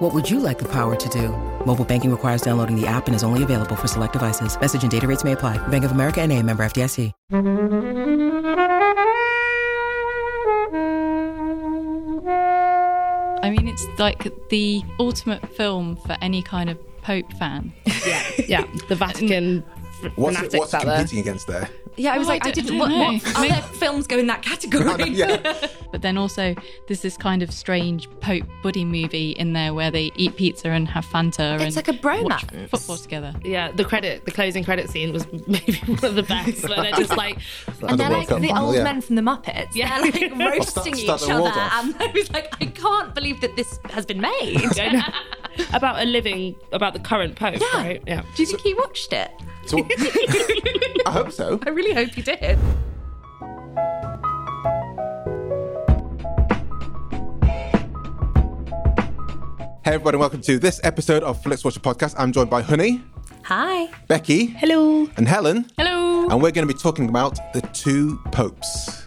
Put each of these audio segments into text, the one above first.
What would you like the power to do? Mobile banking requires downloading the app and is only available for select devices. Message and data rates may apply. Bank of America and a member FDIC. I mean, it's like the ultimate film for any kind of Pope fan. Yeah, the Vatican f- What's, fanatics what's out there. competing against there? Yeah, I was Oh, I like, I, don't- didn't. I What, don't what know. other films go in that category? yeah. But then also, there's this kind of strange Pope buddy movie in there where they eat pizza and have Fanta and It's like a watch bromance. football together. Yeah, the credit, the closing credit scene was maybe one of the best. Where they're just like, Like And the they're World like Cup the final, old yeah. men from the Muppets. Yeah, Yeah. they're like roasting each start the world other. off. And I was like, I can't believe that this has been made. I know. about a living, about the current pope, Yeah. right? Yeah. Do you think he watched it? So- I hope so. I really hope he did. Hey everybody, welcome to this episode of Flex Watcher Podcast. I'm joined by Honey, Hi. Becky, Hello. and Helen, Hello. and we're going to be talking about the two popes.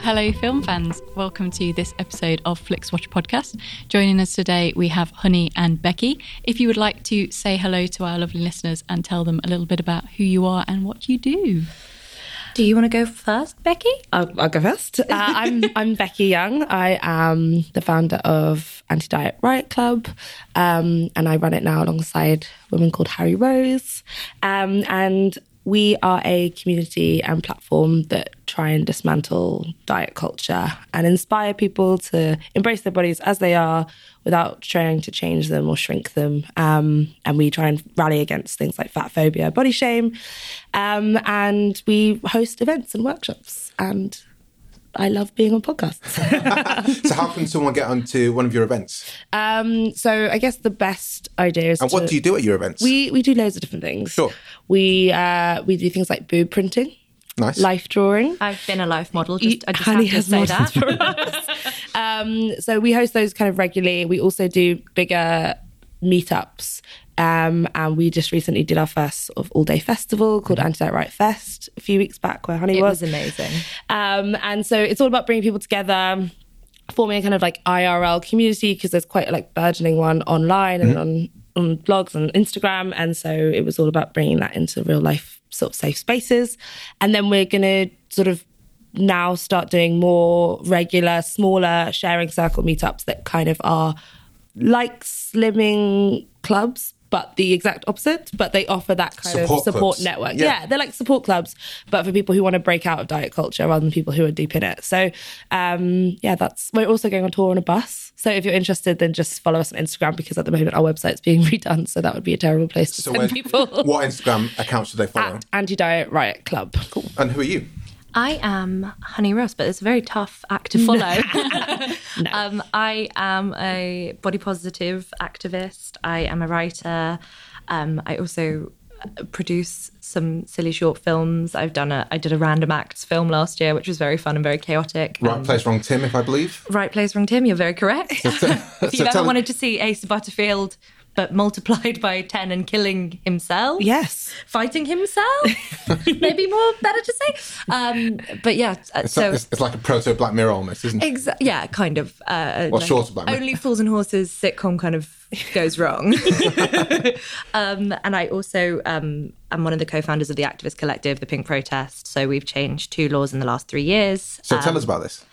Hello, film fans. Welcome to this episode of Flix Watch Podcast. Joining us today, we have Honey and Becky. If you would like to say hello to our lovely listeners and tell them a little bit about who you are and what you do. Do you want to go first, Becky? I'll, I'll go first. Uh, I'm I'm Becky Young. I am the founder of Anti Diet Riot Club, um, and I run it now alongside women called Harry Rose, um, and we are a community and platform that try and dismantle diet culture and inspire people to embrace their bodies as they are without trying to change them or shrink them. Um, and we try and rally against things like fat phobia, body shame, um, and we host events and workshops and I love being on podcasts. So, how can someone get onto one of your events? um, so I guess the best idea is And to, what do you do at your events? we we do loads of different things. Sure. We uh, we do things like boob printing, nice. life drawing. I've been a life model. You- Just, I just Honey have to say has that. Um, so we host those kind of regularly. We also do bigger meetups. Um, and we just recently did our first sort of all day festival Mm-hmm. called Anti Diet Right Fest a few weeks back where Honey It was. was amazing. Um, and so it's all about bringing people together, forming a kind of like IRL community because there's quite like burgeoning one online and on Mm-hmm. on blogs and Instagram. And so it was all about bringing that into real life sort of safe spaces. And then we're gonna sort of now start doing more regular, smaller sharing circle meetups that kind of are like slimming clubs. But the exact opposite, but they offer that kind Support of support clubs. network. Yeah. yeah, they're like support clubs, but for people who want to break out of diet culture rather than people who are deep in it. So, um, yeah, that's we're also going on tour on a bus. So if you're interested, then just follow us on Instagram because at the moment our website's being redone, so that would be a terrible place to so, where- send people. what Instagram accounts should they follow? At Anti Diet Riot Club. Cool. and who are you? I am Honey Ross, but it's a very tough act to follow. um, I am a body positive activist. I am a writer. Um, I also uh, produce some silly short films. I've done a I did a random acts film last year, which was very fun and very chaotic. Right Um, place, wrong Tim, if I believe. right place, wrong Tim. You're very correct. if so you've ever tell- wanted to see Asa Butterfield, but multiplied by ten and killing himself, Yes. fighting himself. Maybe more better to say. Um, but yeah, uh, It's, so like, it's, it's like a proto Black Mirror almost, isn't it? exa- yeah, kind of. Uh, Well, short of Black Mirror. only fools and horses sitcom kind of goes wrong. um, and I also um, am one of the co-founders of the activist collective, the Pink Protest. So we've changed two laws in the last three years. So, tell us about this.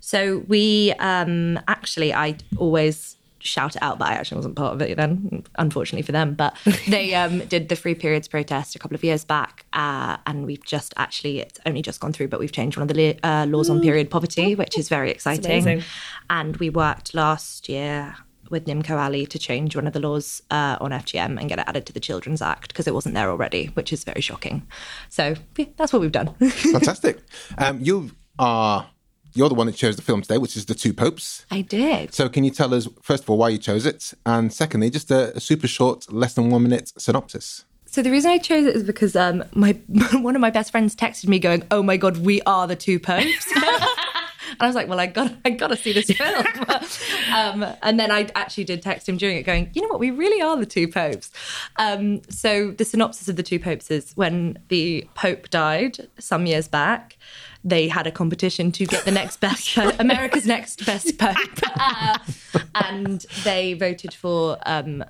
So we um, actually, I always shout it out, but I actually wasn't part of it then, unfortunately for them. But they um, did the free periods protest a couple of years back, uh, and we've just actually it's only just gone through, but we've changed one of the le- uh, laws on period poverty, which is very exciting. And we worked last year with Nimco Ali to change one of the laws uh, on FGM and get it added to the Children's Act because it wasn't there already, which is very shocking. So yeah, that's what we've done. Fantastic. Um, you are you're the one that chose the film today, which is the Two Popes. I did. So can you tell us first of all why you chose it, and secondly, just a, a super short, less than one minute synopsis. So the reason I chose it is because um, my one of my best friends texted me going, "Oh my god, we are the two popes." and I was like, "Well, I got I got to see this film." um, and then I actually did text him during it, going, "You know what? We really are the two popes." Um, so the synopsis of the two popes is when the pope died some years back, they had a competition to get the next best po- America's next best pope, Uh, and they voted for. Um,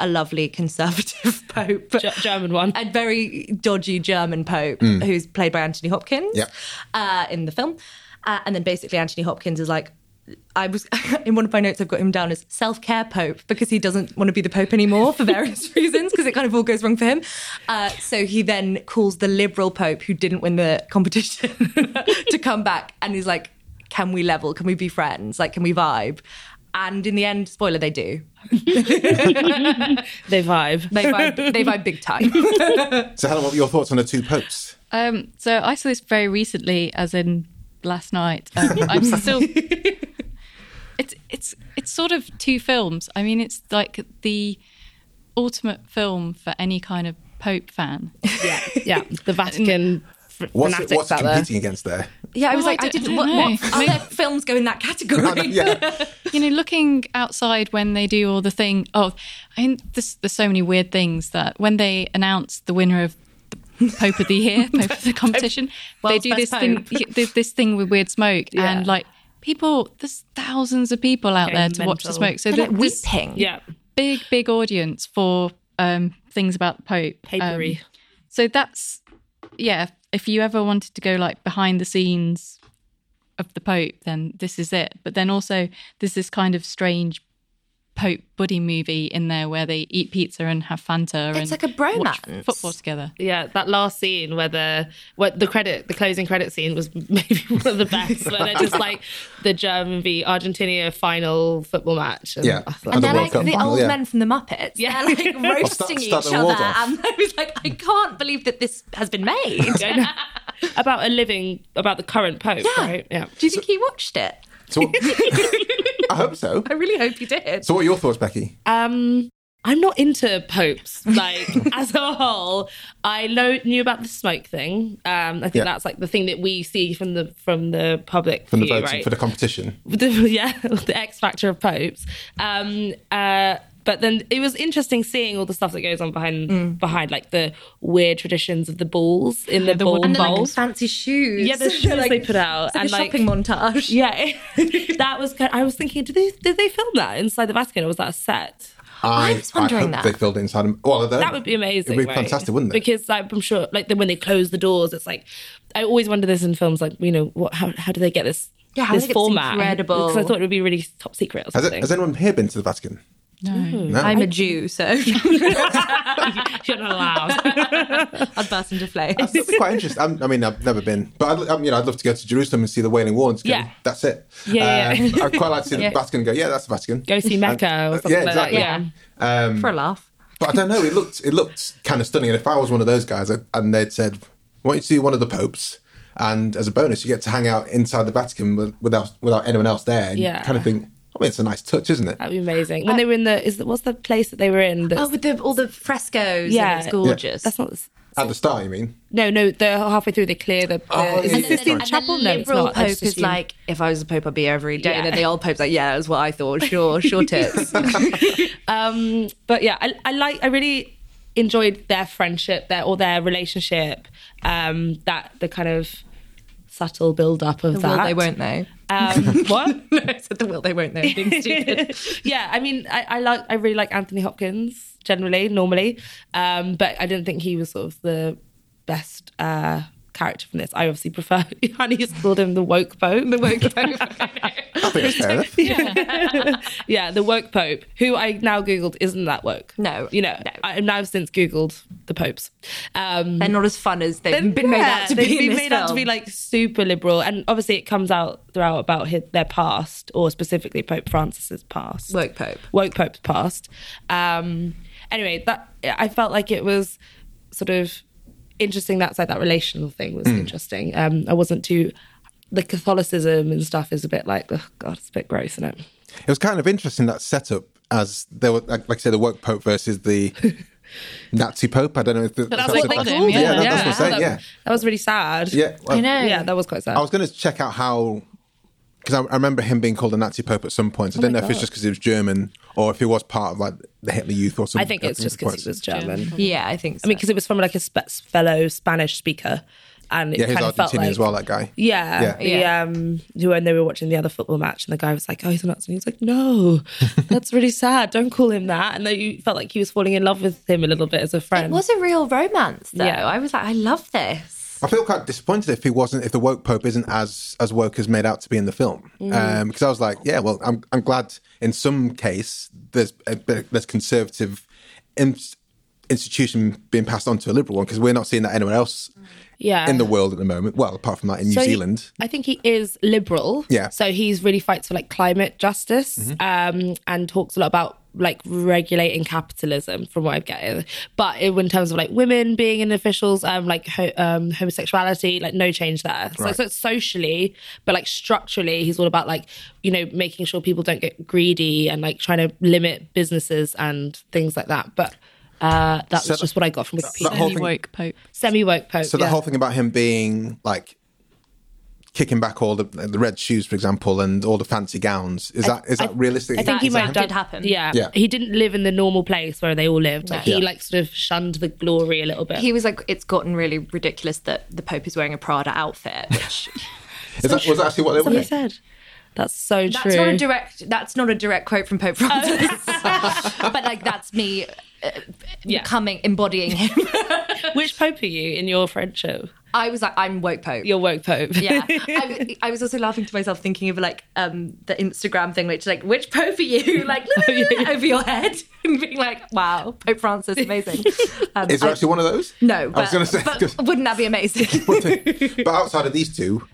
a lovely conservative pope, Ge- German one. a very dodgy German Pope who's played by Anthony Hopkins Yep. uh, in the film. Uh, and then basically, Anthony Hopkins is like, I was in one of my notes, I've got him down as self care Pope because he doesn't want to be the Pope anymore for various reasons because it kind of all goes wrong for him. Uh, so he then calls the liberal Pope who didn't win the competition to come back and he's like, Can we level? Can we be friends? Like, can we vibe? And in the end, spoiler, they do. They vibe. They vibe, they vibe big time. So Helen, what were your thoughts on the Two Popes? Um, so I saw this very recently, as in last night. Um, I'm still. It's it's it's sort of two films. I mean, it's like the ultimate film for any kind of Pope fan. yeah, yeah. The Vatican fr- What's it, fanatics what's it out there. competing against there? Yeah, I was Well, like, I I, don't- didn't. I What, don't what know. other films go in that category? yeah. you know, looking outside when they do all the thing. Oh, I mean, there's, there's so many weird things that when they announce the winner of the Pope of the Year, Pope of the competition, they World's do best this thing, Pope. y- th- this thing with weird smoke, and Yeah. like people, there's thousands of people out there to watch the mental. smoke. So They're there- like there's weeping. Yeah, big, big audience for um, things about the Pope. Um, papery. so that's yeah. if- If you ever wanted to go like behind the scenes of the Pope, then this is it. But then also there's this kind of strange Pope buddy movie in there where they eat pizza and have Fanta. and It's like a watch bromance. football together. yeah, that last scene where the where the credit the closing credit scene was maybe one of the best. Where they're just like the German v Argentina final football match. And Yeah. I was And And they're the like World the Cup, old yeah. men from the Muppets. Yeah. Yeah, they're like roasting start each the war other. off. And I was like, I can't believe that this has been made. I know. about a living about the current pope, Yeah. right? Yeah. Do you think he watched it? So what- I hope so. I really hope he did. So what are your thoughts, Becky? Um, I'm not into popes like as a whole. I know, knew about the smoke thing. Um, I think Yeah. that's like the thing that we see from the from the public From the view, voting right? for the competition. the, yeah, the X Factor of popes. Um, uh, but then it was interesting seeing all the stuff that goes on behind Mm. behind like the weird traditions of the balls in the, the ball wooden And then bowl. like fancy shoes. Yeah, the They're shoes like- they put out, It's like and, a like- shopping montage. yeah, that was. Kind I was thinking, did they did they film that inside the Vatican or was that a set? I was wondering hope that. they filled it inside. them. Well, That would be amazing. It would be right? fantastic, wouldn't it? Because like, I'm sure, like then when they close the doors, it's like I always wonder this in films, like you know, what how, how do they get this? Yeah, how do this they get this format. incredible- Because I thought it would be really top secret or has, something. it- has anyone here been to the Vatican? I'm a Jew, so You're not allowed. I'd burst into flames. That'd be quite interesting. I'm, I mean, I've never been, but I'd, I'm, you know, I'd love to go to Jerusalem and see the Wailing Wall. And just go, Yeah. that's it. Um, Yeah, yeah, I'd quite like to see the Vatican. And go, yeah, that's the Vatican. Go see Mecca or something uh, yeah, like that. exactly. Yeah. For a laugh. But I don't know. It looked it looked kind of stunning. And if I was one of those guys, I- and they'd said, "Want you to see one of the popes?" And as a bonus, you get to hang out inside the Vatican with- without without anyone else there. And Yeah. kind of think, I mean, it's a nice touch, isn't it? That'd be amazing. When they were in the is that what's the place that they were in? That's, Oh, with the, all the frescoes. Yeah. Yeah. it's gorgeous. that's not. At the start, you mean? No, no. They're halfway through. They clear the. Oh, the is yeah, it yeah, Sistine sorry. Chapel? And no, the it's liberal not. I pope just is assumed. like, if I was a pope, I'd be here every day. Yeah. And then the old pope's like, yeah, that's what I thought. Sure, sure tits. Um, but yeah, I, I like I really enjoyed their friendship, their or their relationship. Um, that the kind of subtle build up of that. Well, they won't know. Um, what? no, I said the will they won't know. Being stupid. yeah, I mean, I, I like I really like Anthony Hopkins generally, normally, um, but I didn't think he was sort of the best uh, character from this. I obviously prefer. Honey has called him the woke boat. The woke boat. I think that's fair enough. yeah, the woke pope, who I now Googled isn't that woke. No, You know, no. I've now since Googled the popes. Um, They're not as fun as they've been made out to they've be. in been this made out to be film. like super liberal. And obviously it comes out throughout about his, their past, or specifically Pope Francis's past. Woke Pope. Woke Pope's past. Um, anyway, that I felt like it was sort of interesting. That's like that relational thing was Hmm. interesting. Um, I wasn't too. The Catholicism and stuff is a bit like, oh god, it's a bit gross, isn't it? It was kind of interesting that setup as there were, like, like I said, the woke pope versus the Nazi pope. I don't know if the, That's if what the they class- called him, Yeah, yeah. that- Yeah. that's what I'm saying. Yeah, That was really sad. yeah. well, I know. yeah, that was quite sad. I was going to check out how because I, I remember him being called a Nazi pope at some Oh point. I don't know if it's just because he was German or if he was part of like the Hitler Youth or something. I think it's just because he was German. Yeah, I think so. I mean, because it was from like a sp- fellow Spanish speaker, and it yeah, he's kind of felt Argentinian like as well. That guy. Yeah, Yeah. The, um, when they were watching the other football match, and the guy was like, "Oh, he's a Nazi." He was like, "No, that's really sad. Don't call him that." And then you felt like he was falling in love with him a little bit as a it friend. was a real romance, though. Yeah. I was like, I love this. I feel quite disappointed if he wasn't, if the woke Pope isn't as as woke as made out to be in the film, Mm. Um, because I was like, yeah, well, I'm I'm glad in some case there's a bit, there's conservative in, institution being passed on to a liberal one because we're not seeing that anywhere else yeah, in the world at the moment. Well, apart from that in New So he- Zealand, I think he is liberal. Yeah. Mm-hmm. So he's really fights for like climate justice um, and talks a lot about like regulating capitalism from what I'm getting. But in in terms of like women being in officials, um, like ho- um, homosexuality, like no change there. So, so it's socially, but like structurally, he's all about like, you know, making sure people don't get greedy and like trying to limit businesses and things like that. But uh, that was just what I got from that whole Wikipedia. thing- woke Pope. Semi woke pope. so the yeah. whole thing about him being like kicking back all the the red shoes, for example, and all the fancy gowns is that is that realistic? I think he is might what have did done- happen. Yeah. Yeah. he didn't live in the normal place where they all lived. Like, He Yeah. like sort of shunned the glory a little bit. He was like, it's gotten really ridiculous that the Pope is wearing a Prada outfit, which Is that, was that actually what they That's what were? he said. That's so that's true. not a direct. That's not a direct quote from Pope Francis, but like that's me uh, Yeah. becoming embodying him. Which pope are you in your friendship? I was like, I'm woke Pope. Your woke pope. yeah, I, I was also laughing to myself thinking of like um, the Instagram thing, which like which Pope are you? Like over your head and being like, wow, Pope Francis, amazing. Um, Is there I- actually one of those? No, but, I was going to say. but 'cause- wouldn't that be amazing? but outside of these two,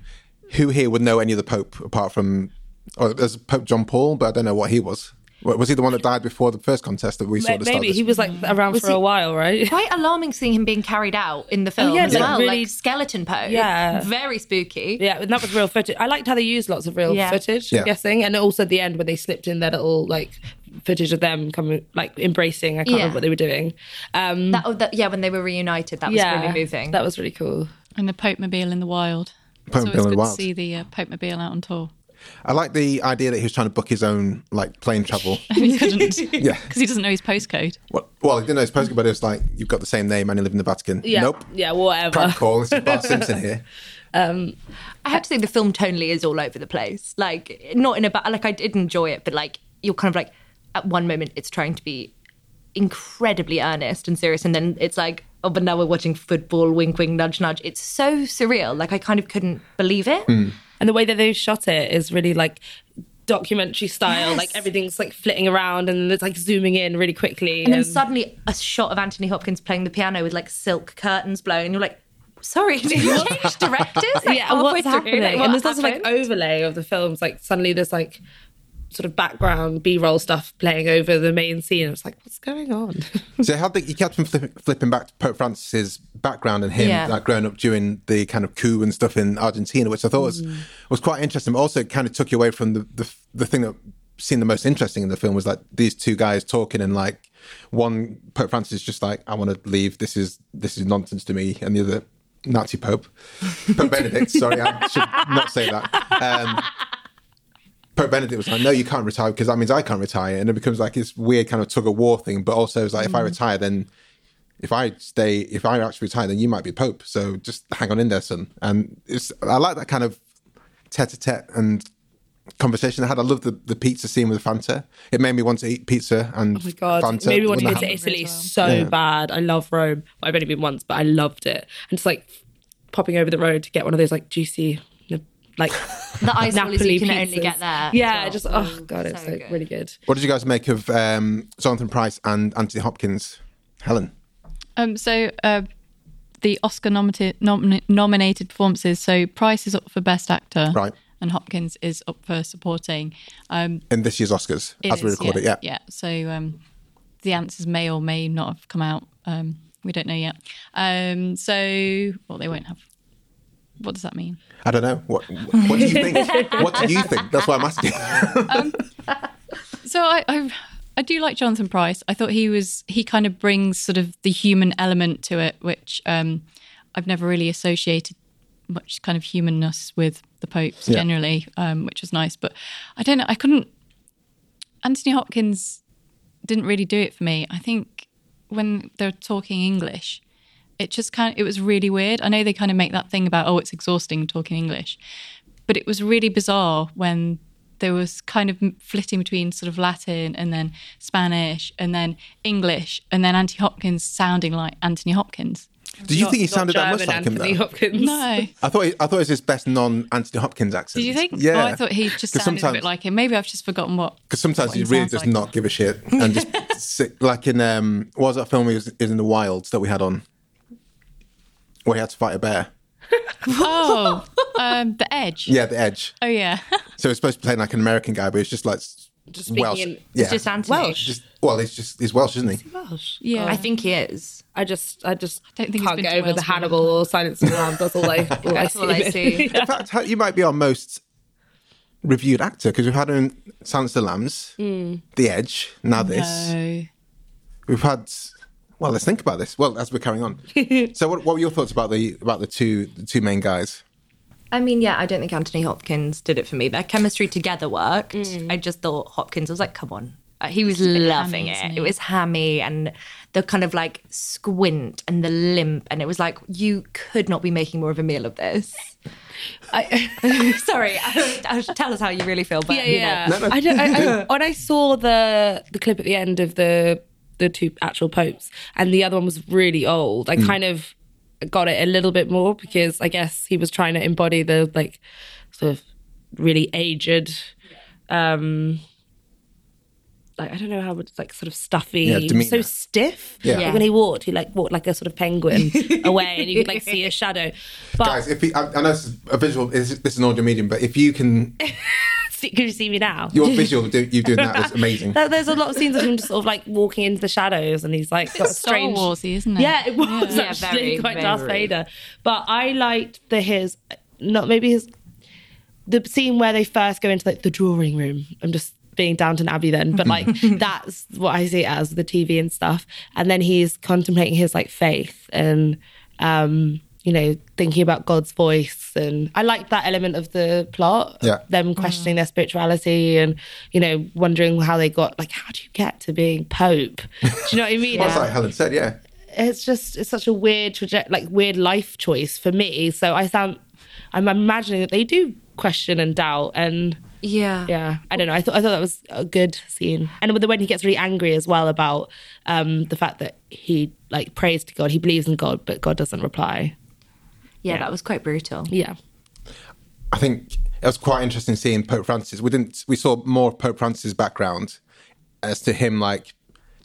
who here would know any other pope apart from oh, there's Pope John Paul, but I don't know what he was. Wa- Was he the one that died before the first contest that we Ma- sort of Maybe started? he was like around for a while, right? Quite alarming seeing him being carried out in the film yeah, as like well, really- Oh, like skeleton pose. Yeah. very spooky. Yeah, and that was real footage. I liked how they used lots of real Yeah. footage, Yeah. I'm guessing, and also at the end where they slipped in their little like footage of them coming, like embracing. I can't Yeah. remember what they were doing. Um, That, oh, that- yeah, when they were reunited, that was yeah, really moving. That was really cool. And the Pope Mobile in the wild. Pope so Mobile in it's the good wild. to see the uh, Pope Mobile out on tour. I like the idea that he was trying to book his own like plane travel. he couldn't. Yeah. Because he doesn't know his postcode. well, well, I didn't know his postcode, but it was like you've got the same name and you live in the Vatican. Yeah, Nope. yeah, whatever. Prank call. This is Bart Simpson here. I have to say, the film tonally is all over the place. Like, not in a bad. Like, I did enjoy it, but like, you're kind of like, at one moment, it's trying to be incredibly earnest and serious, and then it's like, oh, but now we're watching football. Wink, wink, nudge, nudge. It's so surreal. Like, I kind of couldn't believe it. And the way that they shot it is really like documentary style. Yes. Like everything's like flitting around and it's like zooming in really quickly. And then suddenly, a shot of Anthony Hopkins playing the piano with like silk curtains blowing, and you're like, sorry, did you change directors? Like, yeah, and what's halfway through? happening? Like, what and there's lots of like happened? overlay of the films. Like suddenly there's like sort of background B roll stuff playing over the main scene. It's like, what's going on? Oh So how they, he kept him flipping, flipping back to Pope Francis's background and him Yeah. like growing up during the kind of coup and stuff in Argentina, which I thought was was quite interesting. But also, it kind of took you away from the the, the thing that seemed the most interesting in the film was like these two guys talking and like one Pope Francis is just like I want to leave. This is this is nonsense to me, and the other Nazi Pope Pope Benedict. sorry, I should not say that. Um, Pope Benedict was like, no, you can't retire because that means I can't retire. And it becomes like this weird kind of tug of war thing. But also, it's like, Mm. if I retire, then if I stay, if I actually retire, then you might be Pope. So just hang on in there, son. And it's, I like that kind of tete a tete and conversation I had. I love the, the pizza scene with Fanta. It made me want to eat pizza and Oh my god, Fanta. made me want to when go that to happened. Italy so bad. I love Rome. Well, I've only been once, but I loved it. And just like popping over the road to get one of those like juicy, like The ice wall is Napoli you can pizzas. only get there. as Yeah, well. just oh Mm, god, it's so like good. really good. What did you guys make of um, Jonathan Price and Anthony Hopkins? Helen. Um, so uh, the Oscar nominated, nomin- nominated performances. So Price is up for Best Actor, Right. And Hopkins is up for supporting. Um, In this year's Oscars, it as we is, record it, yeah. yeah. So um, the answers may or may not have come out. Um, we don't know yet. Um, so well, they won't have. What does that mean? I don't know. What, what do you think? what do you think? That's why I'm asking. So I, I I do like Jonathan Price. I thought he was he kind of brings sort of the human element to it, which um, I've never really associated much kind of humanness with the popes Yeah. generally, um, which was nice. But I don't know. I couldn't. Anthony Hopkins didn't really do it for me. I think when they're talking English, it just kind of, it was really weird. I know they kind of make that thing about, oh, it's exhausting talking English, but it was really bizarre when there was kind of flitting between sort of Latin and then Spanish and then English and then Anthony Hopkins sounding like Anthony Hopkins. Did you Not- think he not sounded that much German like him, Anthony though? Hopkins. No. I thought, he, I thought it was his best non Anthony Hopkins accent. Did you think? Yeah. Oh, I thought he just 'Cause sounded a sometimes- bit like him. Maybe I've just forgotten what. Because sometimes what he really sounds does like. not give a shit and just sit, like in um, what was that film he was is in the wilds that we had on where he had to fight a bear. Oh, um, the edge. Yeah, The Edge. Oh yeah. So he's supposed to play like an American guy, but he's just like s- Just speaking Welsh. in- yeah, It's just Anthony. Welsh. Just- well, he's just he's Welsh, isn't he? Gosh. Yeah. I think he is. I just, I just don't think he's can't been get to over the Wales very Hannibal or Silence of the Lambs. That's all I, all I That's all I see. In fact, how- you might be our most reviewed actor because we've had him in Silence of the Lambs, The Edge, now this. No. We've had. Well, let's think about this. Well, as we're carrying on. so, what, what were your thoughts about the about the two the two main guys? I mean, yeah, I don't think Anthony Hopkins did it for me. Their chemistry together worked. Mm. I just thought Hopkins I was like, come on. Uh, He was loving isn't it. he? It was hammy and the kind of like squint and the limp. And it was like, you could not be making more of a meal of this. I, sorry, I, I, tell us how you really feel. But, Yeah, you know. yeah. I don't. I, I, when I saw the the clip at the end of the the two actual popes, and the other one was really old, Hmm. I kind of got it a little bit more because I guess he was trying to embody the like sort of really aged. um like I don't know how it's like sort of stuffy, Yeah, He was so demeanor. stiff. Yeah. Like, when he walked, he like walked like a sort of penguin away, and you could like see a shadow. But Guys, if you, I, I know this is a visual, this is this is an audio medium, but if you can, see, can you see me now? your visual, do, you doing that was amazing. There- There's a lot of scenes of him just sort of like walking into the shadows, and he's like got a Star strange. Warsy, isn't it? Yeah, it was Yeah, actually very, quite very. Darth Vader. But I liked the his, not maybe his, the scene where they first go into like the drawing room. I'm just being Downton Abbey then, but like that's what I see it as the TV and stuff. And then he's contemplating his like faith and, um, you know, thinking about God's voice. And I liked that element of the plot, Yeah. them questioning their spirituality and, you know, wondering how they got, like, how do you get to being Pope? Do you know what I mean? That's like Helen said, yeah. it's just it's such a weird traje- like weird life choice for me so i sound i'm imagining that they do question and doubt and Yeah. yeah i don't know i thought i thought that was a good scene and with the when he gets really angry as well about um the fact that he like prays to god he believes in god but god doesn't reply Yeah, that was quite brutal. yeah I think it was quite interesting seeing Pope Francis. We didn't we saw more of Pope Francis' background as to him like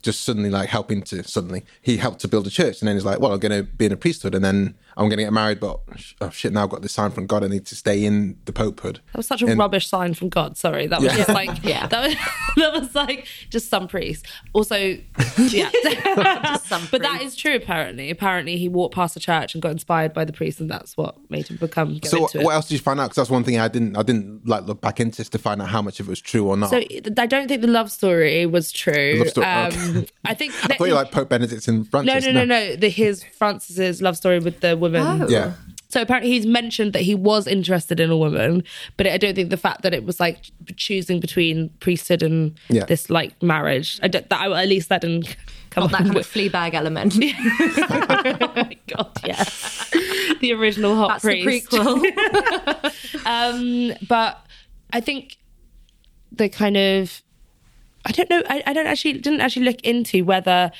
just suddenly like helping to suddenly he helped to build a church and then he's like, well, I'm going to be in a priesthood and then I'm going to get married, but sh- oh shit, now I've got this sign from God, I need to stay in the popehood. that was such a And- rubbish sign from god sorry that was Yeah. just like yeah that was, that was like just some priest also yeah Some But that is true. Apparently, apparently he walked past the church and got inspired by the priest, and that's what made him become. Go So into it. what else did you find out? Because that's one thing I didn't I didn't like look back into is to find out how much of it was true or not. So I don't think the love story was true. love story, Um, I think I thought you like Pope Benedict and no, Francis. no, no, no. The his Francis's love story with the woman. Yeah. So apparently he's mentioned that he was interested in a woman, but I don't think the fact that it was like choosing between priesthood and Yeah. this like marriage. I don't. That, I, at least that didn't come Not that up kind of with- flea bag element. oh my god, yes. the original hot That's priest. the prequel. um, but I think the kind of I don't know. I, I don't actually didn't actually look into whether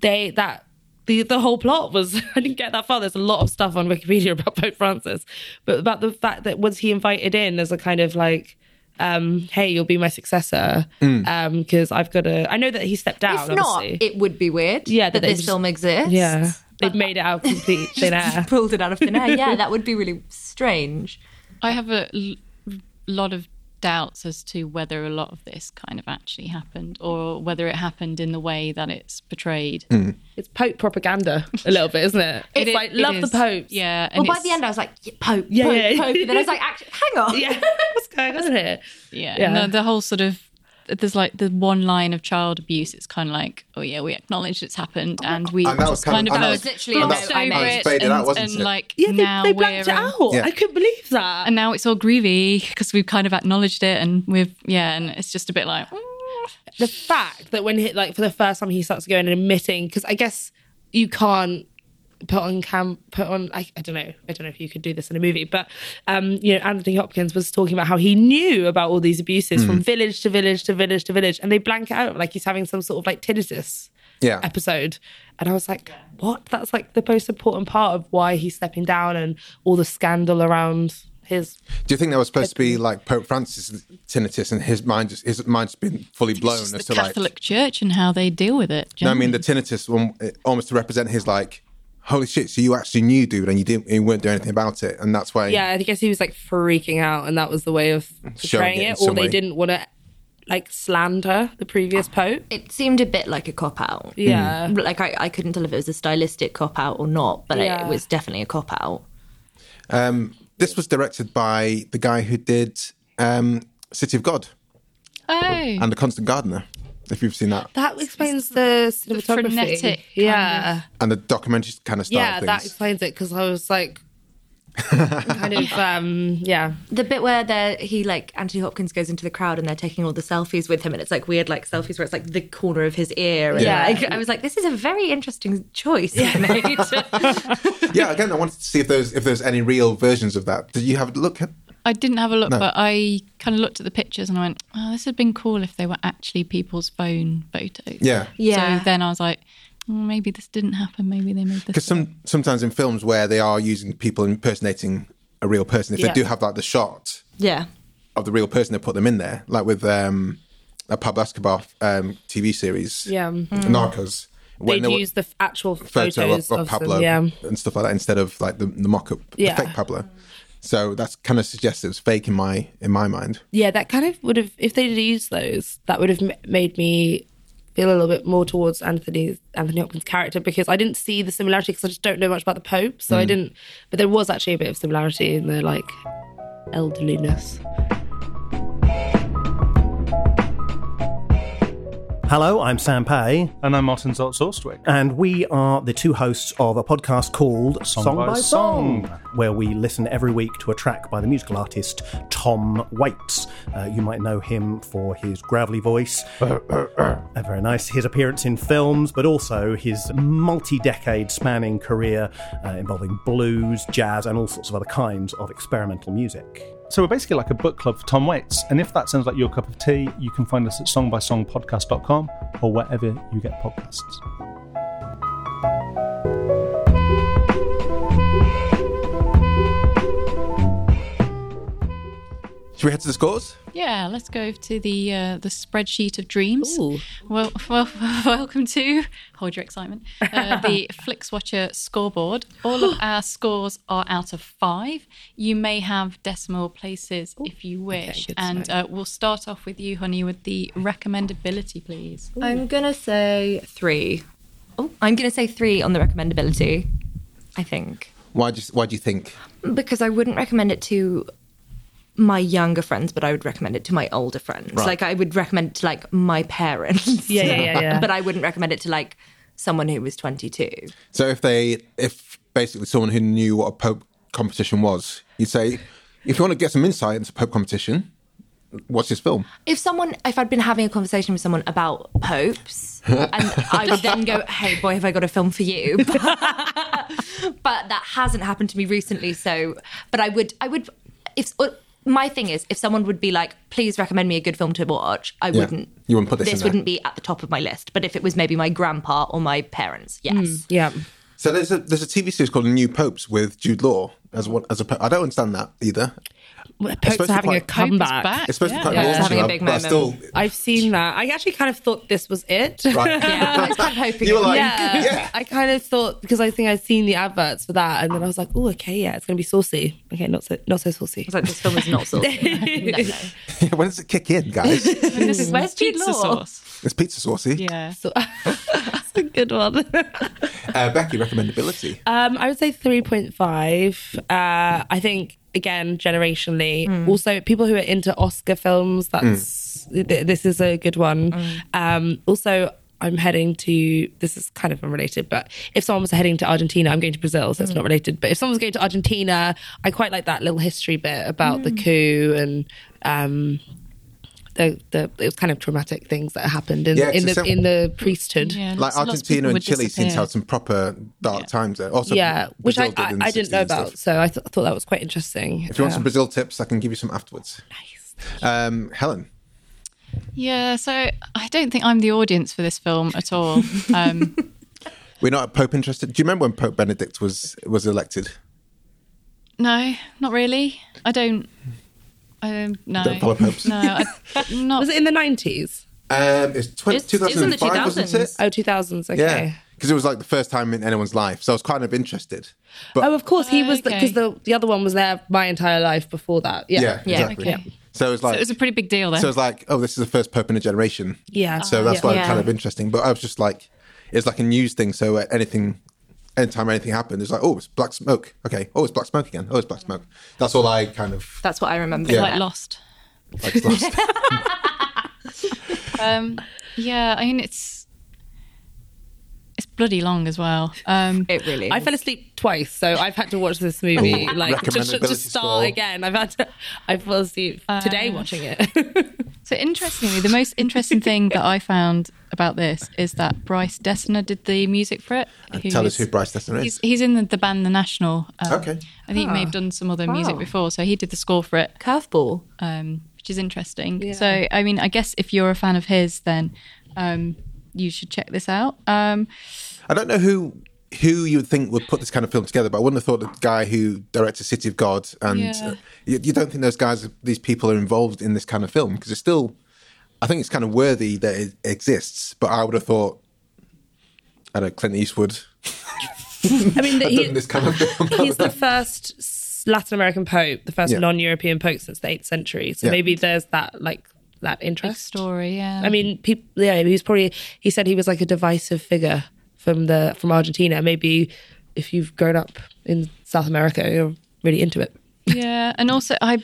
they that the, the whole plot was I didn't get that far. There's a lot of stuff on Wikipedia about Pope Francis, but about the fact that was he invited in as a kind of like, um, hey, you'll be my successor, because I've got to. I know that he stepped down. If not, obviously. it would be weird Yeah, that, that they this just- film exists. yeah, they've made it out complete thin air. Pulled it out of thin air. Yeah, that would be really strange. I have a l- lot of doubts as to whether a lot of this kind of actually happened or whether it happened in the way that it's portrayed. Hmm. It's Pope propaganda a little bit, isn't it? It's It- like it love is. the popes. Yeah. Well, and by it's- the end, I was like, yeah, Pope, Yeah, Pope, yeah. Pope. And then I was like, actually, hang on. yeah. What's going on here? Yeah. Yeah. And the, the whole sort of there's like the one line of child abuse. It's kind of like, oh yeah, we acknowledge it's Oh happened, and we And that was just kind kind of- of and that uh, was literally glossed a note I over made. it Spaded and, out, wasn't and, it? like Yeah, they, now they we're blanked it um, out. Yeah. I couldn't believe that. and now it's all groovy because we've kind of acknowledged it, and we've yeah, and it's just a bit like. mm. the fact that when he like for the first time he starts going and admitting because I guess you can't put on cam put on I, I don't know I don't know if you could do this in a movie but um you know Anthony Hopkins was talking about how he knew about all these abuses Hmm. from village to village to village to village and they blank it out like he's having some sort of like tinnitus Yeah. episode and I was like what that's like the most important part of why he's stepping down and all the scandal around his Do you think that was supposed to be like Pope Francis tinnitus and his mind just his mind's been fully blown It's as just to the like Catholic Church and how they deal with it. No, I mean the tinnitus one it- almost to represent his like holy shit, so you actually knew dude and you didn't you weren't doing anything about it and that's why Yeah, I guess he was like freaking out, and that was the way of portraying it in it. some Or they way. didn't want to like slander the previous pope. It seemed a bit like a cop out. Yeah, Like, I, I couldn't tell if it was a stylistic cop out or not, but Yeah. it was definitely a cop out. Um this was directed by the guy who did um City of God oh, and The Constant Gardener, if you've seen that. that explains the cinematography. frenetic kind yeah, And the documentary kind of style yeah, of that things. explains it because I was like, kind of, um, yeah, The bit where the, he, like, Anthony Hopkins goes into the crowd and they're taking all the selfies with him, and it's like weird, like, selfies where it's like the corner of his ear. And, Yeah. like, I was like, this is a very interesting choice he made. yeah, again I wanted to see if there's if there's any real versions of that. Did you have a look at I didn't have a look, but I kind of looked at the pictures and I went, "Oh, this would have been cool if they were actually people's phone photos." Yeah. Yeah. So then I was like, "Oh, "Maybe this didn't happen. Maybe they made Because this." up." some sometimes in films where they are using people impersonating a real person, if Yeah. they do have like the shot yeah. of the real person, they put them in there, like with um, a Pablo Escobar um, TV series, Yeah. Mm. Narcos. they'd there were use the f- actual photos photo of, of, of them, Pablo yeah. and stuff like that instead of like the, the mock-up, Yeah. the fake Pablo. So that's kind of suggests it was fake in my in my mind. yeah, that kind of would have, if they did use those, that would have m- made me feel a little bit more towards Anthony Anthony Hopkins' character because I didn't see the similarity because I just don't know much about the Pope, so I didn't. But there was actually a bit of similarity in their like elderliness. Hello, I'm Sam Pay, And I'm Martin Zott Sorstwick. and we are the two hosts of a podcast called Song Song by by Song. Song, where we listen every week to a track by the musical artist Tom Waits. Uh, you might know him for his gravelly voice, Uh, very nice, his appearance in films, but also his multi decade spanning career uh, involving blues, jazz, and all sorts of other kinds of experimental music. So we're basically like a book club for Tom Waits. And if that sounds like your cup of tea, you can find us at songbysongpodcast.com or wherever you get podcasts. Should we head to the scores? yeah, let's go to the uh, the spreadsheet of dreams. Ooh. Well, well, welcome to hold your excitement. Uh, the Flix Watcher scoreboard. All of our scores are out of five. You may have decimal places if you wish, good to and uh, we'll start off with you, honey, with the recommendability, please. I'm gonna say three. Oh, I'm gonna say three on the recommendability. I think Why do you, why do you think? because I wouldn't recommend it to my younger friends, but I would recommend it to my older friends. Like I would recommend it to like my parents. Yeah, yeah, yeah, yeah. but I wouldn't recommend it to like someone who was 22. So if they if basically someone who knew what a Pope competition was, you'd say if you want to get some insight into Pope competition, watch this film. If someone, if I'd been having a conversation with someone about popes, and I would then go, "Hey, boy, have I got a film for you?" But, but that hasn't happened to me recently. So, but I would, I would, if uh, my thing is, if someone would be like, please recommend me a good film to watch, I wouldn't. You wouldn't put this in there. wouldn't be at the top of my list. But if it was maybe my grandpa or my parents, yes. Yeah. So there's a there's a TV series called New Popes with Jude Law as one as a po- I don't understand that either. Well, the Popes supposed to are having be a quite- Hope comeback. back. It's supposed yeah. to be quite Yeah, it's yeah, having a big but I moment. still I've seen that. I actually kind of thought this was it. right. Yeah, I was kind of hoping. You were it- like, Yeah. yeah. I kind of thought because I think I'd seen the adverts for that, and then I was like, "Oh, okay, yeah, it's gonna be saucy." Okay, not so not so saucy. I was like, this film is not saucy. no, no. when does it kick in, guys? And this is Where's Jude pizza Law? sauce. it's pizza saucy. Yeah. So- that's a good one. Uh, Becky, recommendability. Um, I would say 3.5. Uh, I think, again, generationally. Also, people who are into Oscar films, that's Mm. th- this is a good one. Um, also, I'm heading to, this is kind of unrelated, but if someone was heading to Argentina, I'm going to Brazil, so it's not related. But if someone's going to Argentina, I quite like that little history bit about the coup and. Um, the, the it was kind of traumatic things that happened in, Yeah, it's in the the same- in the priesthood. Yeah, like lots- lots of Argentina people and would Chile seems to disappear. have some proper dark times there. Also, yeah, which I, Brazil did I, in the I didn't know 60s and stuff. about. So I th- thought that was quite interesting. If you want Uh, some Brazil tips, I can give you some afterwards. Nice. Um, Helen, Yeah, so I don't think I'm the audience for this film at all. Um, we're not Pope interested. Do you remember when Pope Benedict was was elected? no, not really. I don't. Um, no. Don't follow popes. No, I, not. was it in the nineties? Um, it's, 20, It's- it's in the 2005, wasn't it? 2000s. Oh, 2000s. Okay. Yeah, because it was like the first time in anyone's life, so I was kind of interested. But Oh, of course, he was okay. because the, the other one was there my entire life before that. Yeah. yeah, Yeah, exactly. okay. So it was So like it was a pretty big deal then. So it's like, oh, this is the first Pope in a generation. Yeah. So that's why it's Yeah. kind of interesting. But I was just like, it's like a news thing. So uh, anything, anytime anything happened, it's like, oh, it's black smoke. Okay. Oh, it's black smoke again. Oh, it's black smoke. That's all I kind of That's what I remember. Yeah. like lost. like lost. Um, yeah, I mean it's it's bloody long as well. Um, It really. I fell asleep twice, so I've had to watch this movie Ooh, like to, to, recommendability to start score. again. I've had to, I fell asleep today watching it. so interestingly, the most interesting thing that I found about this is that Bryce Dessner did the music for it. Uh, Tell us is- who Bryce Dessner He's, is. he's in the, the band The National. Um, Okay. I think he may have done some other music Wow. before, so he did the score for it, curveball. um, which is interesting. So, I mean, I guess if you're a fan of his, then um, you should check this out. Um, I don't know who who you would think would put this kind of film together, but I wouldn't have thought the guy who directed City of God and Yeah. uh, you, you don't think those guys, these people, are involved in this kind of film because it's still. I think it's kind of worthy that it exists, but I would have thought. I don't know, Clint Eastwood. I mean, I've done this kind of film. he's the first s- Latin American pope, the first Yeah. non-European pope since the eighth century. So Yeah. maybe there's that like that interest. story, yeah. I mean, people. Yeah, he was probably. He said he was like a divisive figure from the from Argentina. Maybe if you've grown up in South America, you're really into it. Yeah, and also I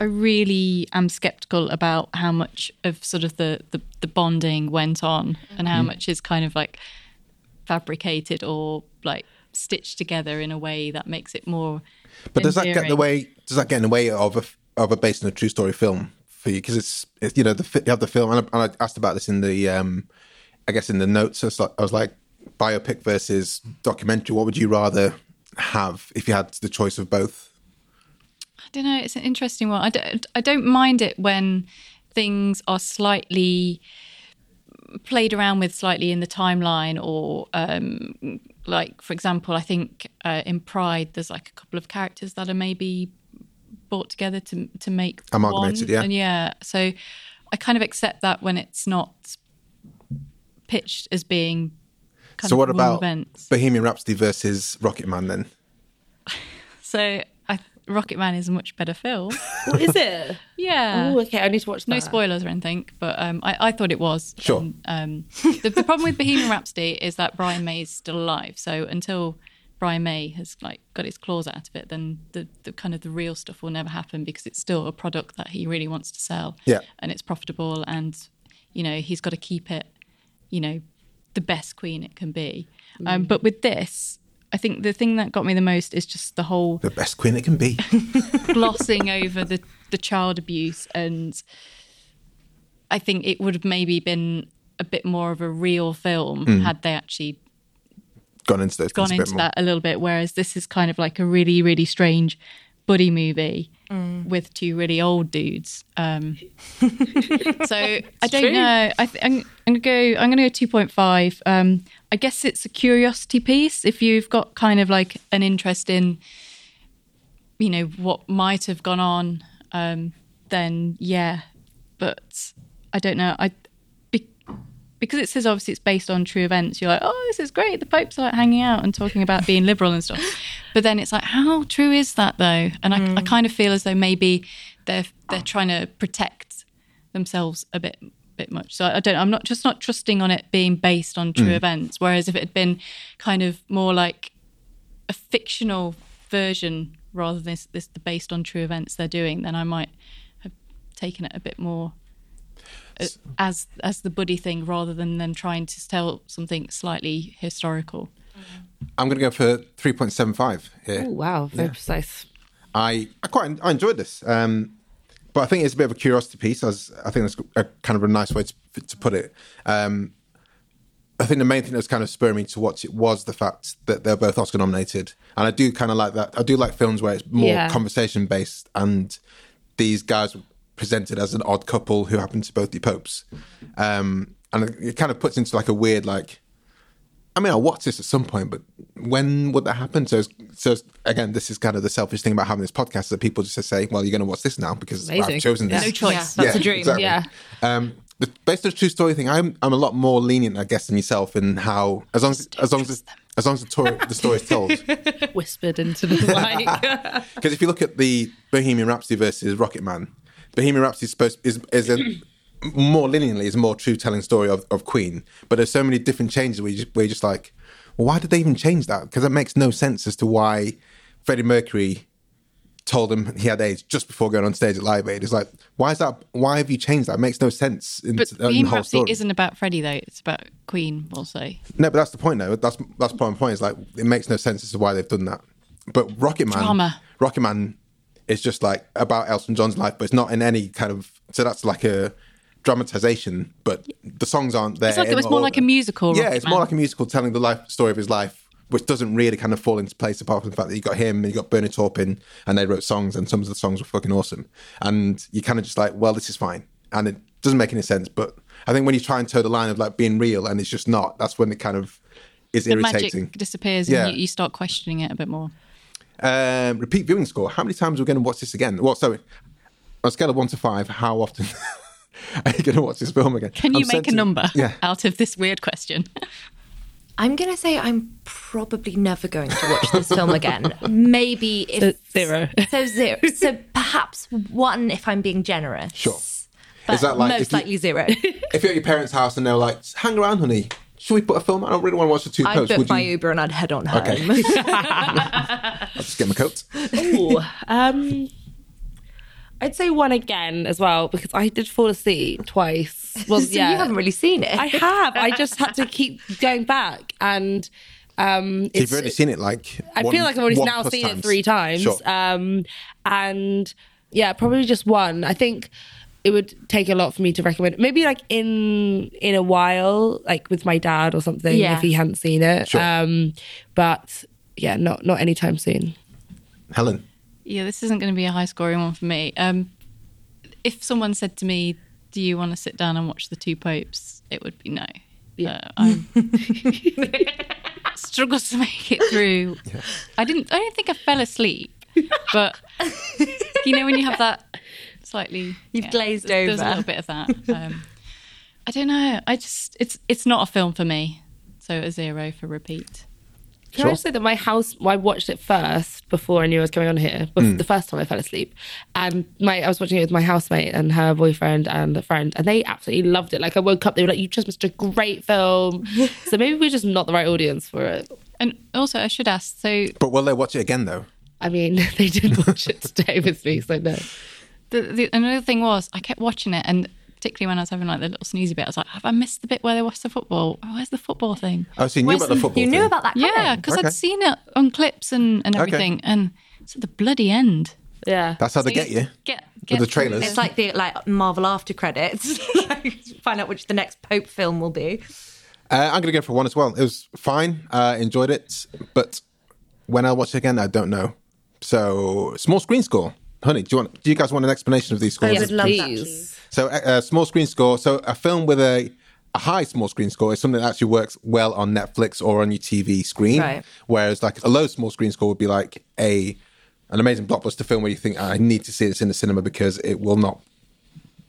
I really am skeptical about how much of sort of the the, the bonding went on and how Mm-hmm. much is kind of like fabricated or like stitched together in a way that makes it more but does that get in the endearing. way? Does that get in the way of a f- of a based on a true story film for you? Because it's, it's you know the fi- you have the film, and I, and I asked about this in the um, I guess in the notes. I was like, I was like biopic versus documentary. What would you rather have if you had the choice of both? I don't know. It's an interesting one. I don't, I don't mind it when things are slightly played around with slightly in the timeline or um, like for example i think uh, in pride there's like a couple of characters that are maybe brought together to to make Amalgamated, one. yeah. and yeah so i kind of accept that when it's not pitched as being kind So of what one about event. Bohemian Rhapsody versus Rocket Man then? so i rocket man is a much better film What is it? yeah oh, okay. I need to watch that. No spoilers or anything, but um, I, I thought it was. Sure. And, um, the, the problem with Bohemian Rhapsody is that Brian May is still alive. So until Brian May has like got his claws out of it, then the, the kind of the real stuff will never happen because it's still a product that he really wants to sell. Yeah. And it's profitable, and you know he's got to keep it. You know, the best queen it can be. Um, Mm. but with this. I think the thing that got me the most is just the whole The best queen it can be. glossing over the, the child abuse and I think it would have maybe been a bit more of a real film had they actually Gone into those. gone things a bit into more. that a little bit, whereas this is kind of like a really, really strange buddy movie with two really old dudes. Um, so I don't true. know. I th- I'm, I'm gonna go. I'm gonna go 2.5. Um, I guess it's a curiosity piece. If you've got kind of like an interest in, you know, what might have gone on, um, then yeah. But I don't know. I be- because it says obviously it's based on true events. You're like, oh, this is great. The Pope's are like hanging out and talking about being liberal and stuff. But then it's like, how true is that though? And I, I kind of feel as though maybe they're they're trying to protect themselves a bit bit much. So I don't I'm not just not trusting on it being based on true events. Whereas if it had been kind of more like a fictional version rather than this, this the based on true events they're doing, then I might have taken it a bit more uh, as as the buddy thing rather than them trying to tell something slightly historical. I'm going to go for 3.75 here. Oh, wow, very precise. I, I quite I enjoyed this, um, but I think it's a bit of a curiosity piece. As I think that's a, kind of a nice way to, to put it. Um, I think the main thing that was kind of spurring me to watch it was the fact that they're both Oscar nominated, and I do kind of like that. I do like films where it's more Yeah. conversation based, and these guys were presented as an odd couple who happen to both be popes, um, and it kind of puts into like a weird like I mean, I'll watch this at some point, but when would that happen? So, it's, so it's- again, this is kind of the selfish thing about having this podcast is that people just say, "Well, you're going to watch this now because Amazing. I've chosen this." No choice. Yeah, that's a dream. exactly. yeah. Um, the, based on the true story thing, I'm I'm a lot more lenient, I guess, than yourself in how as long as as long as as long as the, story the story is told. Whispered into the mic. Because if you look at the Bohemian Rhapsody versus Rocket Man, Bohemian Rhapsody is supposed is is a more linearly is a more true telling story of, of Queen, but there's so many different changes where you just, where you're just like, well, why did they even change that? Because it makes no sense as to why Freddie Mercury told him he had AIDS just before going on stage at Live Aid. It's like, why is that? Why have you changed that? It makes no sense in, But in Queen the whole Rhapsody story. isn't about Freddie though; it's about Queen also. No, but that's the point, though. That's that's part of my point. Is like it makes no sense as to why they've done that. But Rocket Man, Drama. Rocket Man, is just like about Elton John's life, but it's not in any kind of. So that's like a dramatization, but the songs aren't there. It's like in it was more order. like a musical. Yeah, Rocket it's more Man. like a musical telling the life story of his life, which doesn't really kind of fall into place apart from the fact that you got him and you got Bernard Taupin, and they wrote songs, and some of the songs were fucking awesome. And you kind of just like, well, this is fine, and it doesn't make any sense. But I think when you try and toe the line of like being real, and it's just not, that's when it kind of is the irritating. magic disappears, Yeah. and you, you start questioning it a bit more. Um, repeat viewing score. How many times are we going to watch this again? Well, sorry, on a scale of one to five, how often are you going to watch this film again? Can you I'm make a sensing- number Yeah. out of this weird question? I'm going to say I'm probably never going to watch this film again. Maybe if So zero. So zero. So perhaps one if I'm being generous. Sure. But Is that like if most you- likely zero. if you're at your parents' house and they're like, "Hang around, honey, should we put a film? I don't really want to watch the two I'd posts. book Would my you Uber and I'd head on home. Okay. I'll just get my coat?" Ooh, um, I'd say one again as well because I did fall asleep twice. Well, So yeah, you haven't really seen it. I have. I just had to keep going back, and um, You've it's, already seen it, like I one- feel like I've already one now plus seen it three times. Sure. Um, and yeah, probably just one. I think it would take a lot for me to recommend. it. Maybe like in in a while, like with my dad or something, Yeah. if he hadn't seen it. Sure. Um, but yeah, not not anytime soon. Helen, yeah, this isn't going to be a high scoring one for me. Um, if someone said to me, "Do you want to sit down and watch the two popes?" It would be no. Yeah, I struggled to make it through. I didn't. I don't think I fell asleep, but you know when you have that slightly You've glazed there's- There's a over. little bit of that. Um, I don't know. I just it's it's not a film for me. So a zero for repeat. Can I just say that my house, I watched it first before I knew I was coming on here, but the first time I fell asleep. And my, I was watching it with my housemate and her boyfriend and a friend, and they absolutely loved it. Like, I woke up, they were like, You just missed a great film. so maybe we're just not the right audience for it. And also, I should ask. So but will they watch it again though? I mean, they did watch it today with me, so no. the, the another thing was I kept watching it and particularly when I was having like the little snoozy bit, I was like, have I missed the bit where they watched the football? Oh, where's the football thing? Oh, so you knew Where's about the the- football. you knew thing. about that. Coming. Yeah, because Okay. I'd seen it on clips and, and everything. And it's at the bloody end. Yeah. That's how they get you. Get, With the trailers. It's like the like Marvel after credits. like, find out which the next Pope film will be. Uh, I'm gonna go for one as well. It was fine. Uh, enjoyed it, but when I watch it again, I don't know. So small screen score. Honey, do you want? Do you guys want an explanation of these scores? would love that, Please. please. So a, a small screen score. So a film with a, a high small screen score is something that actually works well on Netflix or on your TV screen. Right. Whereas like a low small screen score would be like a an amazing blockbuster film where you think "Ah, I need to see this in the cinema because it will not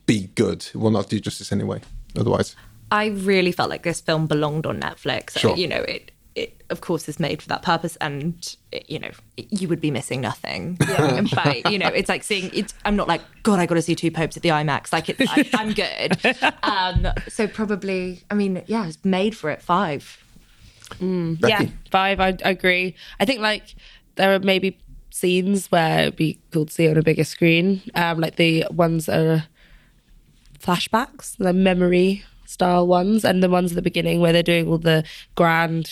be good. It will not do justice anyway. Otherwise, I really felt like this film belonged on Netflix. Sure. You know, it it of course is made for that purpose, and it, you know, you would be missing nothing. but you know, it's like seeing. It's, I'm not like God. I got to see two popes at the IMAX. Like it, I, I'm good. Um, so probably, I mean, yeah, it's made for it. Five. Becky, Yeah, five. I, I agree. I think like there are maybe scenes where it'd be cool to see it on a bigger screen. Um, like the ones that are flashbacks, the memory style ones, and the ones at the beginning where they're doing all the grand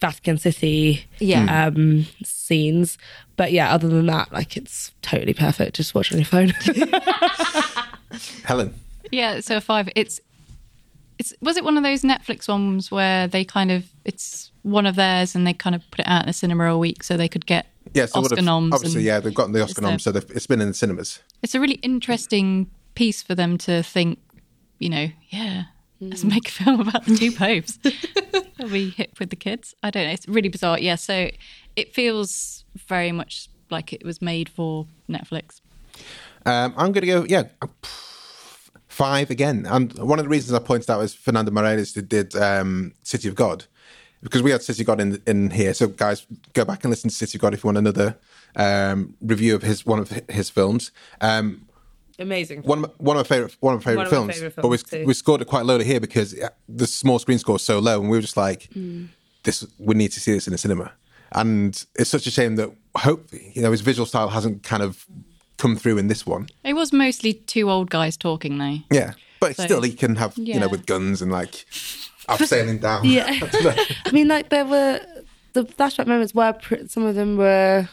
Vatican City Yeah. um, scenes. But yeah, other than that, like it's totally perfect. Just watch on your phone. Helen. Yeah, so a five. It's it's was it one of those Netflix ones where they kind of it's one of theirs and they kind of put it out in the cinema a week so they could get Yes, they would Oscar have- noms. Obviously, and- yeah, they've gotten the Oscar there- noms, so they've, it's been in the cinemas. It's a really interesting piece for them to think, you know, yeah, let's make a film about the two popes. That'll be hip with the kids. I don't know. It's really bizarre. Yeah, so it feels very much like it was made for Netflix. Um, I'm going to go, yeah, pff, five again. And one of the reasons I pointed out is Fernando Morales did, did um, City of God because we had City of God in in here. So guys, go back and listen to City of God if you want another um, review of his one of hi- his films. Um, Amazing. one of my, one of my favorite one of my favorite One of my films, favourite but we, films too. we scored it quite lowly here because uh, the small screen score is so low, and we were just like, Mm. this we need to see this in the cinema, and it's such a shame that hopefully you know his visual style hasn't kind of come through in this one. It was mostly two old guys talking though. Yeah, but So- still, he can have you Yeah. know with guns and like up sailing down. Yeah, I mean, like there were the flashback moments were pr- some of them were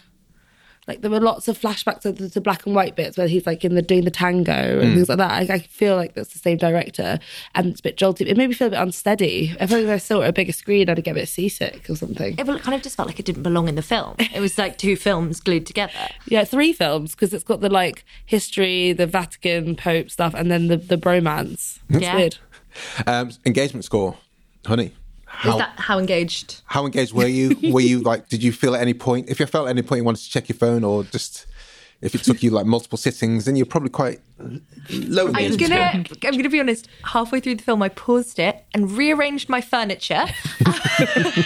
like there were lots of flashbacks to the to black and white bits where he's like in the doing the tango and things like that. I, I feel like that's the same director and it's a bit jolty. It made me feel a bit unsteady. I feel like if I saw it on a bigger screen, I'd get a bit seasick or something. It well, it kind of just felt like it didn't belong in the film. It was like two films glued together. Yeah, three films because it's got the like history, the Vatican Pope stuff, and then the the bromance. It's Yeah. weird. um, engagement score, honey. How Is that how engaged? how engaged were you? Were you like? Did you feel at any point? If you felt at any point you wanted to check your phone, or just if it took you like multiple sittings, then you're probably quite low I'm engagement score. gonna I'm gonna be honest. Halfway through the film, I paused it and rearranged my furniture,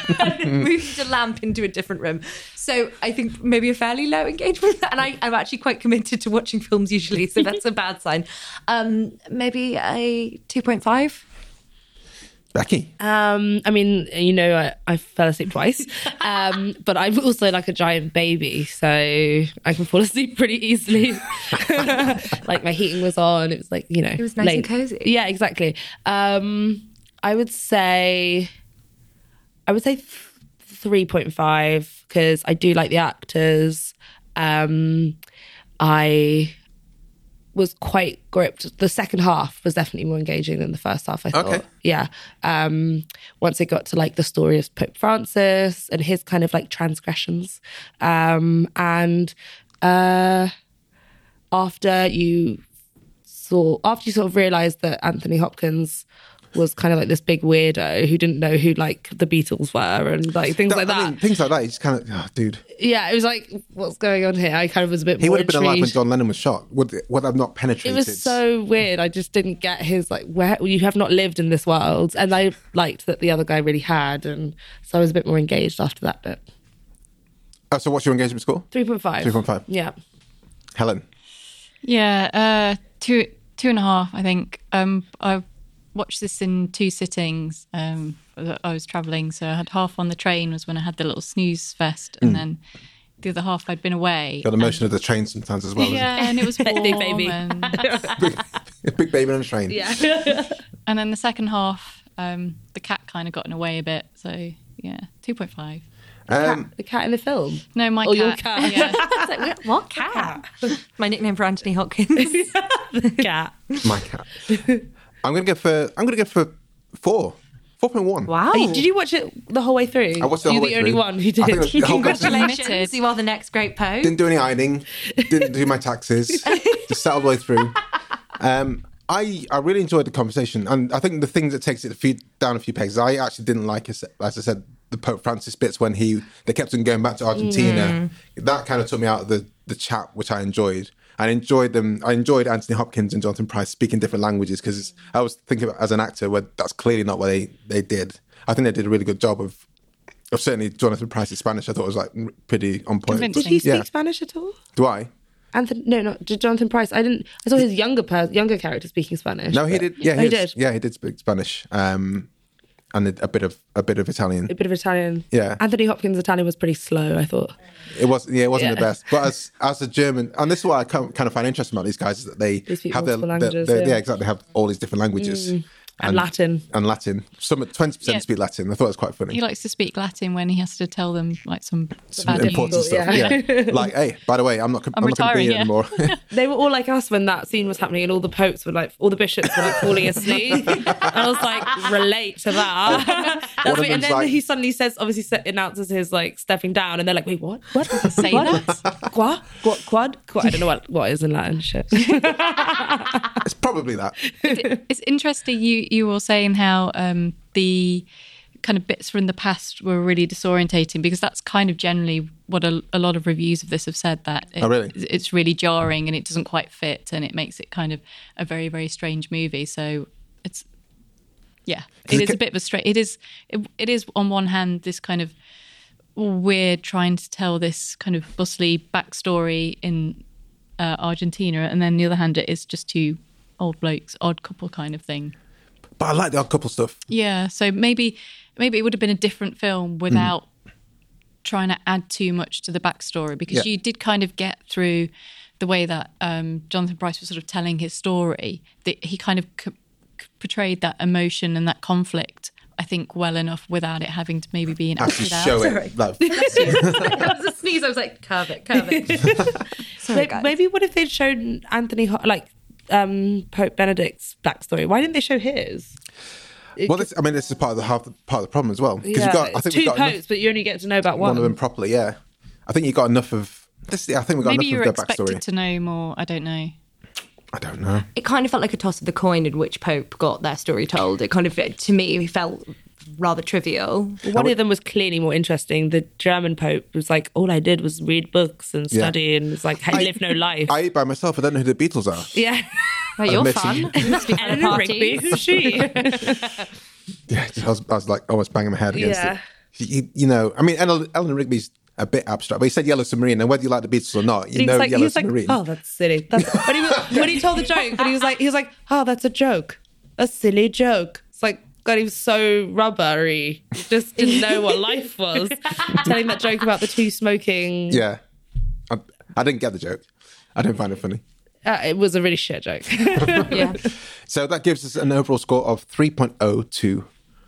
and moved a lamp into a different room. So I think maybe a fairly low engagement, and I, I'm actually quite committed to watching films usually, so that's a bad sign. Um, maybe a two point five. Becky, Um, I mean, you know, I, I fell asleep twice, um, but I'm also like a giant baby, so I can fall asleep pretty easily. like my heating was on; it was like you know, it was nice and cozy. Yeah, exactly. Um, I would say, I would say three point five because I do like the actors. Um, I was quite gripped. The second half was definitely more engaging than the first half. I thought, Okay. yeah. Um, once it got to like the story of Pope Francis and his kind of like transgressions, um, and uh, after you saw, after you sort of realized that Anthony Hopkins was kind of like this big weirdo who didn't know who like the Beatles were and like things like that. I mean, things like that. You just kind of, oh, dude. yeah, it was like, what's going on here? I kind of was a bit. He more would have been alive when intrigued. John Lennon was shot. Would would have not It penetrated. was so weird. I just didn't get his like where you have not lived in this world, and I liked that the other guy really had, and so I was a bit more engaged after that bit. Oh, so what's your engagement score? Three point five. 3.5. Yeah. Helen, Yeah, uh, two two and a half, I think. Um, I watched this in two sittings. Um, I was traveling, so I had half on the train was when I had the little snooze fest, and then the other half I'd been away. got the motion of the train sometimes as well. isn't yeah, and it was warm, Big baby. And, it? Big baby on a train. Yeah. and then the second half, um, the cat kind of got in the way a bit. So yeah, two point five. Um, the cat in the film. No, my cat. Or Oh, your cat. Yeah. I was like, "What- what cat? My nickname for Anthony Hopkins. Cat. my cat. I'm gonna go for I'm gonna go for four. 4.1. Wow. Are you- did you watch it the whole way through? I watched the You're whole the way only through. one who I think it was did. the whole way through. Congratulations. You are the next great Poe. Didn't do any ironing. Didn't do my taxes. just sat all the way through. Um, I I really enjoyed the conversation, and I think the things that takes it a few down a few pegs. I actually didn't like, as as I said, the Pope Francis bits when he they kept on going back to Argentina. That kind of took me out of the the chat, which I enjoyed. I enjoyed them. I enjoyed Anthony Hopkins and Jonathan Price speaking different languages because I was thinking about, as an actor, where that's clearly not what they they did. I think they did a really good job of. Of certainly Jonathan Price's Spanish, I thought was like pretty on point. Did he speak Yeah. Spanish at all? Do I? Anthony, no, not J- Jonathan Price. I didn't. I saw his younger per, younger character speaking Spanish. No, he but- did. Yeah, Oh, he is- did. Yeah, he did speak Spanish um, and a, a bit of a bit of Italian. A bit of Italian. Yeah. Anthony Hopkins' Italian was pretty slow. I thought. It was yeah, it wasn't the Yeah. best. But as as a German, and this is what I kind of kind of find interesting about these guys is that they, speak have their, multiple their- languages, their- yeah. Mm. yeah. exactly have all these different languages And Latin. and Latin. Some twenty percent Yeah. speak Latin. I thought it was quite funny. He likes to speak Latin when he has to tell them like some, Some bad news. important stuff. Yeah. like hey, by the way, I'm not com- I'm I'm, not going to be retiring, here yeah. anymore. They were all like us when that scene was happening, and all the popes were like, all the bishops were like falling asleep. and I was like, relate to that. That's One what- of and them's then like- he suddenly says, obviously sa- announces his like stepping down, and they're like, wait, what? What? Say what? that. Qua? Qua? Quad? Quad? I don't know what what is in Latin. Shit. it's probably that. It's interesting you you were saying how um, the kind of bits from the past were really disorientating because that's kind of generally what a, a lot of reviews of this have said that it- Oh, really? it's really jarring and it doesn't quite fit and it makes it kind of a very very strange movie so it's yeah it is a bit of a straight it is it, it is on one hand this kind of we're trying to tell this kind of bustly backstory in uh, Argentina, and then the other hand, it is just two old blokes, odd couple kind of thing. But I like the odd couple stuff. Yeah, so maybe maybe it would have been a different Mm. film without trying to add too much to the backstory because Yeah. you did kind of get through the way that um, Jonathan Price was sort of telling his story. That he kind of c- c- portrayed that emotion and that conflict, I think, well enough without it having to maybe be an Actually, acted out. show it. Like, that was a sneeze. I was like, curve it, curve it. Sorry, May- guys. Maybe what if they'd shown Anthony, Ho- like um, Pope Benedict's backstory? Why didn't they show his? well, this, I mean, this is part of the half part of the problem as well because Yeah. you've got. I think two we've got enough- popes, but you only get to know about one. one of them properly. Yeah, I think you got enough of this. I think we got Maybe you enough were of their backstory. expected to know more. I don't know. I don't know. it kind of felt like a toss of the coin in which Pope got their story told. It kind of, to me, felt rather trivial. One of them was clearly more interesting. The German Pope was like, all I did was read books and Yeah. study, and it's like, I live no life. I eat by myself. I don't know who the Beatles are. yeah. Right, you're Admission. fun. You must be fun at Eleanor Rigby, parties. who's she? Yeah, I was, I was like almost banging my head against Yeah. it. You, you know, I mean, Ellen, Ellen Rigby's a bit abstract, but he said Yellow Submarine, and whether you like the Beatles or not, you He know was like, he Yellow was like, Submarine. oh, that's silly. That's, but he, was- when he told the joke, but he was like, he was like, oh, that's a joke, a silly joke. It's like, God, he was so rubbery. He Just didn't know what life was. Telling that joke about the two smoking, Yeah, I, I didn't get the joke. I didn't find it funny. uh, it was a really shit joke. Yeah. So that gives us an overall score of three point oh two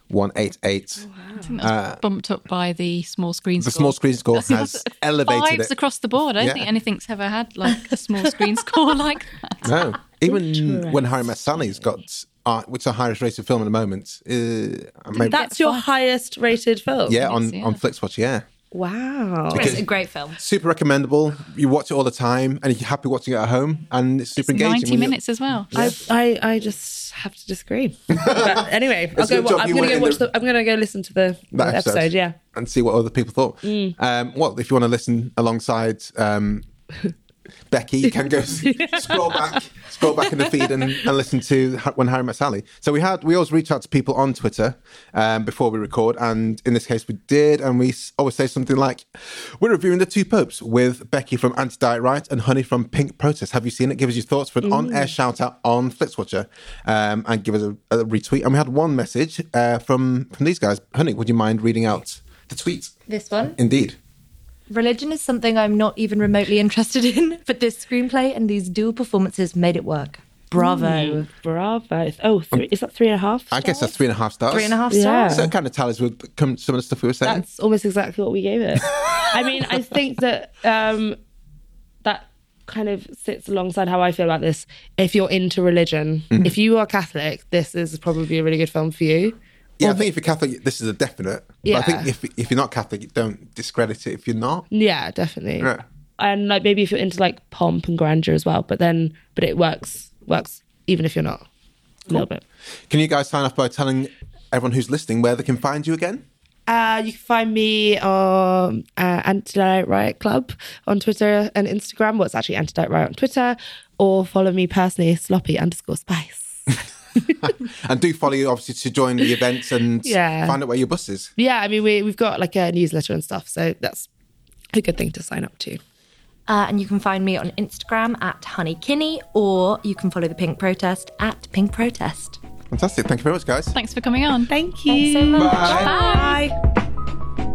one eight eight. I think that's bumped up by the small screen Uh, The score. small screen score That's- has that's elevated vibes it. across the board. I don't Yeah. think anything's ever had like a small screen score like that. No, even when Harry Met Sally's got, uh, which is the highest rated film at the moment, uh, maybe, that's your highest rated film. yeah, on yeah. on Flixwatch, yeah. Wow. It's a great film. super recommendable. You watch it all the time, and you're happy watching it at home, and it's super engaging. Ninety when you- minutes as well. I, I, I just have to disagree. But anyway, I'll It's a go, good job I'm going to you go weren't in watch the- the, I'm going to go listen to the that the episode. Yeah. and see what other people thought. Um, well, if you want to listen alongside um, Becky, you can go s- scroll back, scroll back in the feed, and, and listen to Ha- when Harry met Sally. So we had we always reach out to people on Twitter um, before we record, and in this case we did, and we s- always say something like, "We're reviewing the two popes with Becky from Anti Diet Right and Honey from Pink Protest. Have you seen it? Give us your thoughts Mm. for an on-air shout out on Flitzwatcher, um, and give us a, a retweet." And we had one message uh, from from these guys. Honey, would you mind reading out the tweet? This one. Indeed. Religion is something I'm not even remotely interested in, but this screenplay and these dual performances made it work. Bravo. Bravo. Oh, three, is that three and a half? Um, I guess that's three and a half stars. Three and a half Yeah. stars. So it kind of tallies with com- some of the stuff we were saying. That's almost exactly what we gave it. I mean, I think that um, that kind of sits alongside how I feel about Mm-hmm. this. If you're into religion, if you are Catholic, this is probably a really good film for you. Yeah, I think if you're Catholic, this is a definite. But I think Yeah. if if you're not Catholic, don't discredit it if you're not. Yeah, definitely. Right. And like maybe if you're into like pomp and grandeur as well, but then but it works works even if you're not a little bit. Can you guys sign off by telling everyone who's listening where they can find you again? Uh, you can find me on uh, Antidiet Riot Club on Twitter and Instagram. Well, it's actually Antidiet Riot on Twitter, or follow me personally, sloppy underscore spice. And do follow you, obviously, to join the events and Yeah. find out where your bus is. Yeah, I mean we we've got like a newsletter and stuff, so that's a good thing to sign up to. Uh, and you can find me on Instagram at honeykinney, or you can follow the Pink Protest at Pink Protest. Fantastic. Thank you very much, guys. Thanks for coming on. Thank you. Thanks so much. Bye.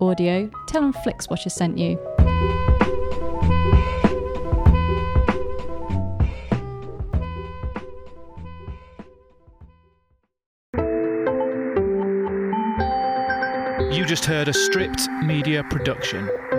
Audio. Tell them Flixwatcher sent you. You just heard a stripped media production.